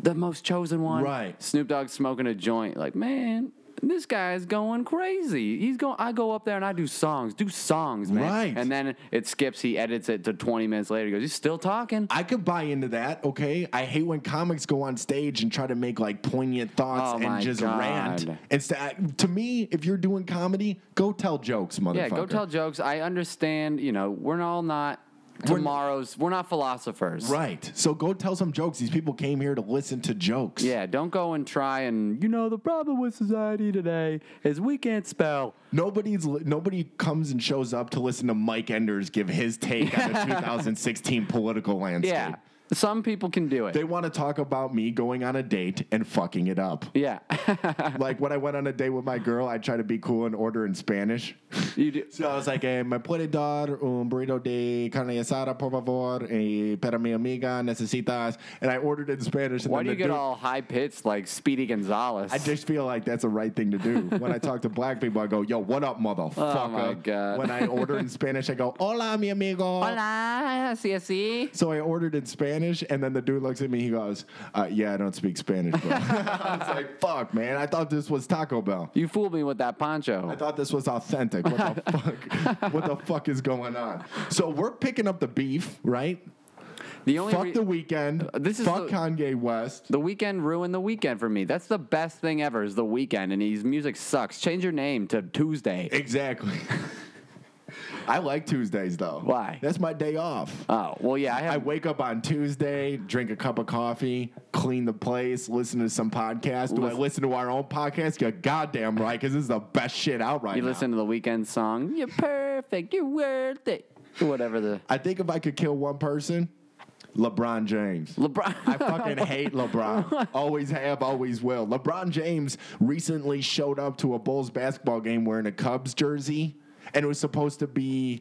the most chosen one. Right. Snoop Dogg smoking a joint. Like, man, this guy's going crazy. He's going, I go up there and I do songs, do songs, man. Right. And then it skips, he edits it to 20 minutes later. He goes, He's still talking. I could buy into that, okay? I hate when comics go on stage and try to make like poignant thoughts Oh and my just God. rant. Instead, to me, if you're doing comedy, go tell jokes, motherfucker. yeah, go tell jokes. I understand, you know, we're all not We're- tomorrow's, we're not philosophers. Right. So go tell some jokes. These people came here to listen to jokes. Yeah, don't go and try and you know the problem with society today is we can't spell. Nobody's li- nobody comes and shows up to listen to Mike Enders give his take on the 2016 political landscape. Yeah, some people can do it. They want to talk about me going on a date and fucking it up. yeah, like when I went on a date with my girl, I tried to be cool and order in Spanish. you do. So I was like, eh, me puede dar un burrito de carne asada, por favor, y para mi amiga necesitas. And I ordered in Spanish. And Why then do you the get dude- all high pitched like Speedy Gonzalez? I just feel like that's the right thing to do. when I talk to black people, I go, yo, what up, motherfucker? Oh, my God. When I order in Spanish, I go, hola, mi amigo. Ah, Hola, sí, sí. So I ordered in Spanish? And then the dude looks at me. He goes, uh, "Yeah, I don't speak Spanish." Bro. I was like, "Fuck, man! I thought this was Taco Bell. You fooled me with that poncho. I thought this was authentic. What the fuck? What the fuck is going on?" So we're picking up the beef, right? the only Fuck re- the weekend. Uh, this is fuck the- Kanye West. The weekend ruined the weekend for me. That's the best thing ever. Is the weekend and his music sucks. Change your name to Tuesday. Exactly. I like Tuesdays though. Why? That's my day off. oh well, yeah. I I have. wake up on Tuesday, drink a cup of coffee, clean the place, listen to some podcast. Do I Listen- listen to our own podcast? You're goddamn right, because this is the best shit out right you now. listen to the weekend song. You're perfect. You're worth it. Whatever the I think if I could kill one person, LeBron James. LeBron. I fucking hate LeBron. Always have, always will. LeBron James recently showed up to a Bulls basketball game wearing a Cubs jersey, and it was supposed to be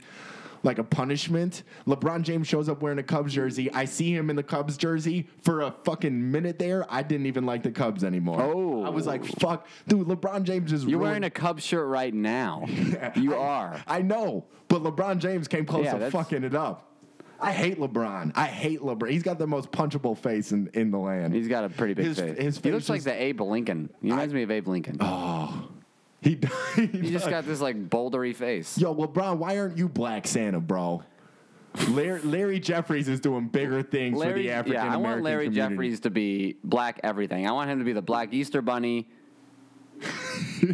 like a punishment. LeBron James shows up wearing a Cubs jersey. I see him in the Cubs jersey for a fucking minute there. I didn't even like the Cubs anymore. Oh. I was like, fuck, dude, LeBron James is You're ruined- wearing a Cub shirt right now. You are. I know, but LeBron James came close Yeah, to that's- fucking it up. I hate LeBron. I hate LeBron. He's got the most punchable face in, in the land. He's got a pretty big His- face. his He face looks like is- Oh, the Abe Lincoln. He reminds me of Abe Lincoln. He, d- he he just does. got this like bouldery face. Yo, LeBron, why aren't you Black Santa, bro? Larry, Larry Jeffries is doing bigger things for the African yeah, I American want Larry community. Jeffries to be black everything. I want him to be the black Easter bunny.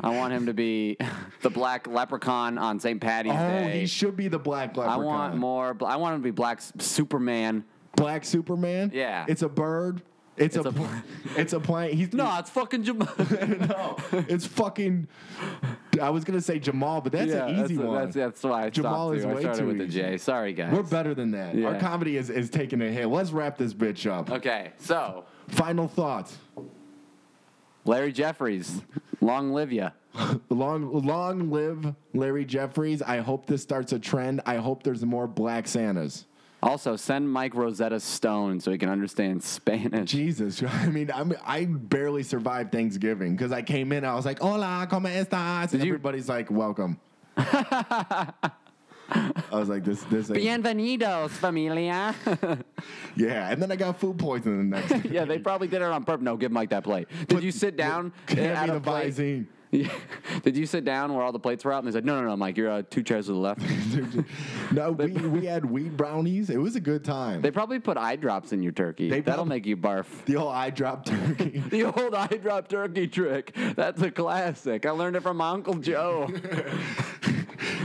I want him to be the black leprechaun on St. Patty's Oh, Day. he should be the Black I Leprechaun. want more. bla- I want him to be black S- Superman. Black Superman. Yeah. it's a bird. It's, It's a, a pl- it's a plane. He's No, it's fucking Jam- no, it's fucking. I was gonna say Jamal, but that's yeah, an easy that's, one. That's, that's why I stopped Jamal too. is I way started too with the easy. J. Sorry, guys. We're better than that. Our Yeah. comedy is, is taking a hit. Let's wrap this bitch up. Okay, so Final thoughts. Larry Jeffries, long live ya. Long, long live Larry Jeffries. I hope this starts a trend. I hope there's more Black Santas. Also, send Mike Rosetta Stone so he can understand Spanish. Jesus, I mean, I'm, I barely survived Thanksgiving because I came in. I was like, "Hola, cómo estás?" And you- everybody's like, "Welcome." I was like, "This, this." ain't- Bienvenidos, familia. Yeah, and then I got food poisoning the next. day. yeah, they probably did it on purpose. No, give Mike that plate. Did you sit down Hand at me a the plate? Visine. Yeah. Did you sit down where all the plates were out? And they said, no, no, no, Mike, you're uh, two chairs to the left. No, we, we had weed brownies. It was a good time. they probably put eye drops in your turkey. They That'll prob- make you barf. the old eye drop turkey. The old eye drop turkey trick. That's a classic. I learned it from my Uncle Joe.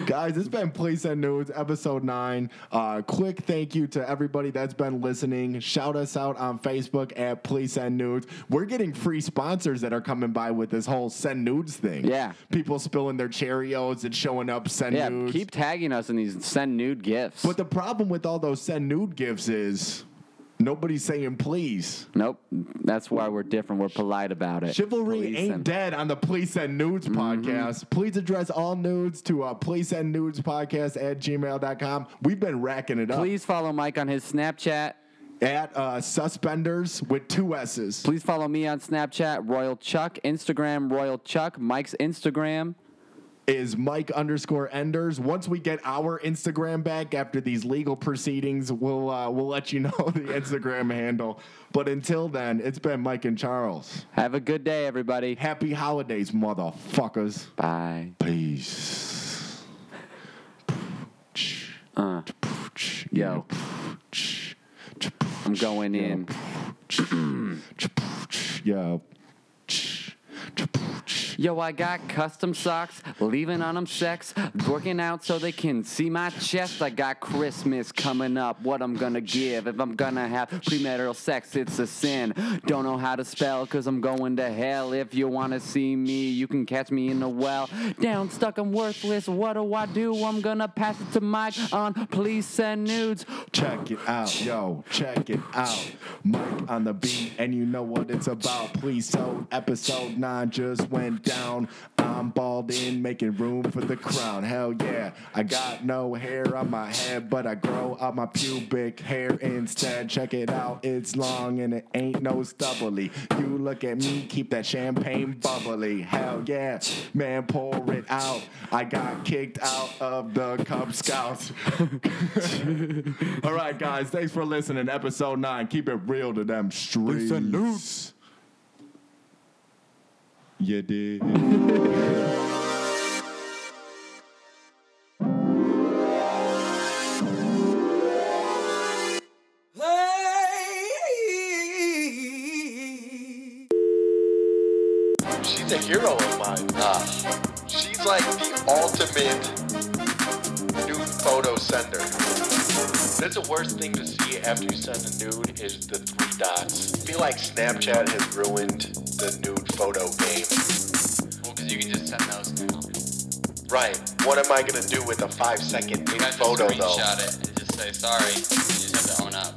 Guys, it's been Police and Nudes, episode nine. Uh, quick thank you to everybody that's been listening. Shout us out on Facebook at Police and Nudes. We're getting free sponsors that are coming by with this whole send nudes thing. Yeah. People spilling their Cheerios and showing up send yeah, nudes. keep tagging us in these send nude gifts. but the problem with all those send nude gifts is nobody's saying please. nope. That's why we're different. We're polite about it. Chivalry Police ain't and- dead on the Police and Nudes Mm-hmm. podcast. Please address all nudes to uh, police and nudes podcast at gmail.com. We've been racking it up. Please follow Mike on his Snapchat. at uh, suspenders with two S's. Please follow me on Snapchat, Royal Chuck, Instagram, Royal Chuck, Mike's Instagram. Is Mike underscore Enders. Once we get our Instagram back after these legal proceedings, we'll uh, we'll let you know the Instagram handle. But until then, it's been Mike and Charles. Have a good day, everybody. Happy holidays, motherfuckers. Bye. Peace. Uh, yo, I'm going in. Yeah. Yo, I got custom socks, leaving on them sex, working out so they can see my chest. I got Christmas coming up, what I'm gonna give. If I'm gonna have premarital sex, it's a sin. Don't know how to spell, cause I'm going to hell. If you wanna see me, you can catch me in the well. Down, stuck, I'm worthless. What do I do? I'm gonna pass it to Mike on Please Send Nudes. Check it out, yo. Check it out. Mike on the beat, and you know what it's about. Please, so episode nine just went down. I'm balled in, making room for the crown. Hell yeah. I got no hair on my head, but I grow out my pubic hair instead. Check it out, it's long and it ain't no stubbly. You look at me, keep that champagne bubbly. Hell yeah, man, pour it out. I got kicked out of the Cub Scouts. All right, guys, thanks for listening. Episode 9. Keep it real to them streets. You did. Hey. She's a hero of mine. Uh, She's like the ultimate nude photo sender. That's the worst thing to see after you send a nude is the three dots. I feel like Snapchat has ruined the nude photo game. well, because you can just send those now. Right. What am I gonna do with a five second You nude got to photo though? screenshot it and just say sorry. You just have to own up.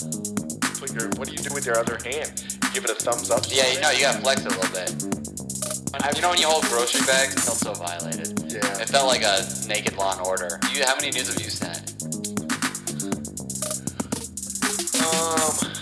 Put your, what do you do with your other hand? Give it a thumbs up. Yeah, you know, you gotta flex a little bit. you know when you hold grocery bags, it felt so violated. Yeah. It felt like a naked Law and Order. You, how many news have you sent? Um,